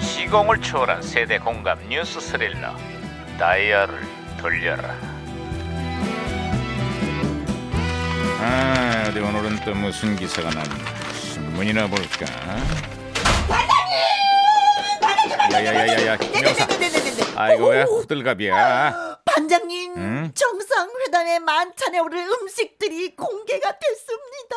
시공을 초월한 세대 공감 뉴스 스릴러 다이얼을 돌려라 아 어디 오늘은 또 무슨 기사가 났나 신문이나 볼까 야야야야야 김여사 네네네네네네. 아이고 왜 어우, 호들갑이야 반장님 응? 정상회담의 만찬에 오를 음식들이 공개가 됐습니다.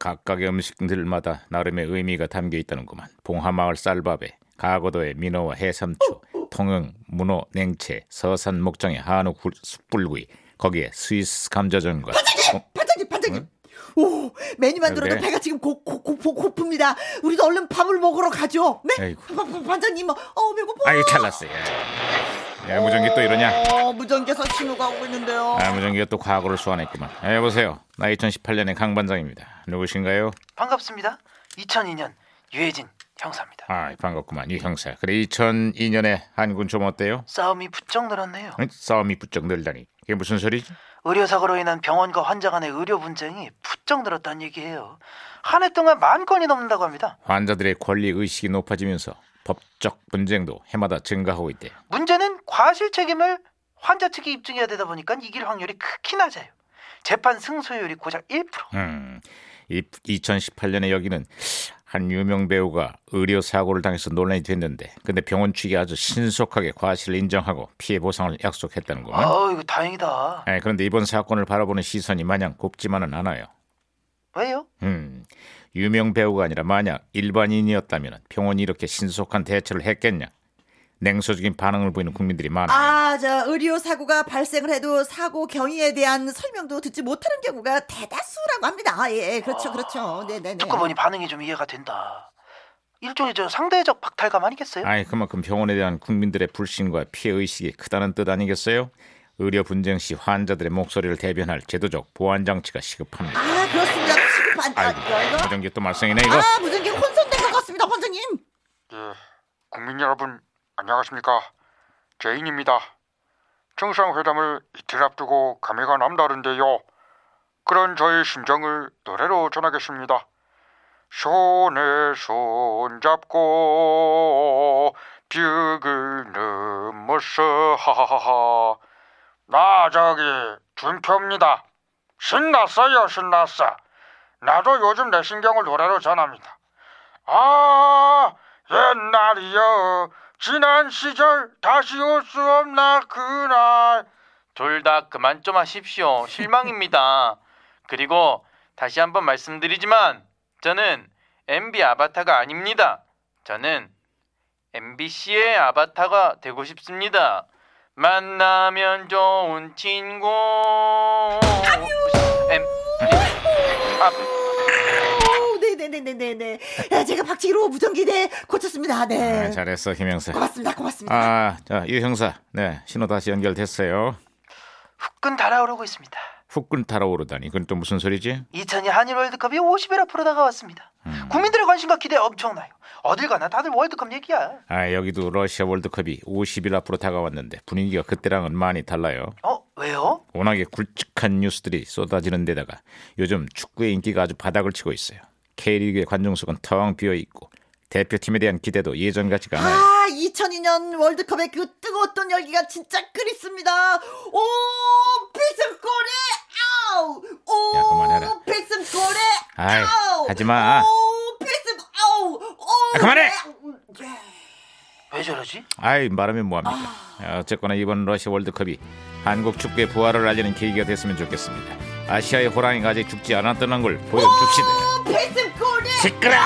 각각의 음식들마다 나름의 의미가 담겨 있다는구만 봉하마을 쌀밥에 가거도의 민어와 해삼초 통영 문어 냉채 서산 목장의 한우 굴, 숯불구이 거기에 스위스 감자전과 어, 네, 반장님 반장님. 오 메뉴만 들어도 그래? 배가 지금 고, 고, 고, 고, 고픕니다. 우리도 얼른 밥을 먹으러 가죠. 네? 아이고. 바- 바- 반장님 어 배고파. 아유 잘났어요. 야 예. 무전기 또 이러냐? 어 무전기에서 신호가 오고 있는데요. 아 무전기가 또 과거를 소환했구만. 아, 여보세요. 나 2018년의 강 반장입니다. 누구신가요? 반갑습니다. 2002년 유해진 형사입니다. 아 반갑구만 유 형사. 그래 2002년에 한군 좀 어때요? 싸움이 부쩍 늘었네요. 응? 싸움이 부쩍 늘다니. 이게 무슨 소리지? 의료 사고로 인한 병원과 환자 간의 의료 분쟁이 부쩍 늘었다는 얘기예요. 한 해 동안 만 건이 넘는다고 합니다. 환자들의 권리 의식이 높아지면서 법적 분쟁도 해마다 증가하고 있대. 문제는 과실 책임을 환자 측이 입증해야 되다 보니까 이길 확률이 극히 낮아요. 재판 승소율이 고작 1%. 음, 이 2018년에 여기는 한 유명 배우가 의료 사고를 당해서 논란이 됐는데, 근데 병원 측이 아주 신속하게 과실을 인정하고 피해 보상을 약속했다는 거만. 아우 이거 다행이다. 예, 그런데 이번 사건을 바라보는 시선이 마냥 곱지만은 않아요. 왜요? 음, 유명 배우가 아니라 만약 일반인이었다면 병원이 이렇게 신속한 대처를 했겠냐? 냉소적인 반응을 보이는 국민들이 많아. 요 아, 저 의료 사고가 발생을 해도 사고 경위에 대한 설명도 듣지 못하는 경우가 대다수라고 합니다. 예, 예, 그렇죠, 그렇죠. 네, 네, 네. 듣고 보니 반응이 좀 이해가 된다. 일종의 저 상대적 박탈감 아니겠어요? 아니 그만큼 병원에 대한 국민들의 불신과 피해 의식이 크다는 뜻 아니겠어요? 의료 분쟁 시 환자들의 목소리를 대변할 제도적 보완 장치가 시급합니다. 아, 그렇습니다. 지금 반, 아, 아이고, 이거. 무전기 또 말썽이네 이거. 아, 무전기 혼선된 것 같습니다, 원장님. 예, 국민 여러분 안녕하십니까 제인입니다. 정상회담을 이틀 앞두고 감회가 남다른데요. 그런 저의 심정을 노래로 전하겠습니다. 손에 손 잡고 벽을 넘어서 하하하하 나 저기 준표입니다. 신났어요 신났어. 나도 요즘 내 신경을 노래로 전합니다. 아 옛날이여 지난 시절 다시 올 수 없나 그날 둘 다 그만 좀 하십시오. 실망입니다. 그리고 다시 한번 말씀드리지만 저는 MB 아바타가 아닙니다. 저는 MBC의 아바타가 되고 싶습니다. 만나면 좋은 친구. M 오, 네, 네, 네, 네, 네, 네. 아, 제가 박치기로 무전기 네 고쳤습니다. 아, 네. 잘했어 김 형사. 고맙습니다, 고맙습니다. 아, 자, 유 형사, 네 신호 다시 연결됐어요. 후끈 달아오르고 있습니다. 후끈 달아오르다니, 그건 또 무슨 소리지? 2002 한일 월드컵이 50일 앞으로 다가왔습니다. 국민들의 관심과 기대 엄청나요. 어딜 가나 다들 월드컵 얘기야. 아, 여기도 러시아 월드컵이 50일 앞으로 다가왔는데 분위기가 그때랑은 많이 달라요. 어 왜요? 워낙에 굵직한 뉴스들이 쏟아지는 데다가 요즘 축구의 인기가 아주 바닥을 치고 있어요. K리그의 관중 석은 터왕 비어 있고 대표팀에 대한 기대도 예전 같지가 않아요. 아, 2002년 월드컵의 그 뜨거웠던 열기가 진짜 그립습니다. 오, 필승골에 아우. 오, 야, 그만해라. 필승골에 아이, 아우. 하지 마. 오, 필승 아우. 오. 네. 야, 그만해. 왜 저러지? 아이 말하면 뭐합니까? 아, 어쨌거나 이번 러시아 월드컵이 한국 축구의 부활을 알리는 계기가 됐으면 좋겠습니다. 아시아의 호랑이가 아직 죽지 않았다는 걸 보여줍시다. 필승골에 시끄러!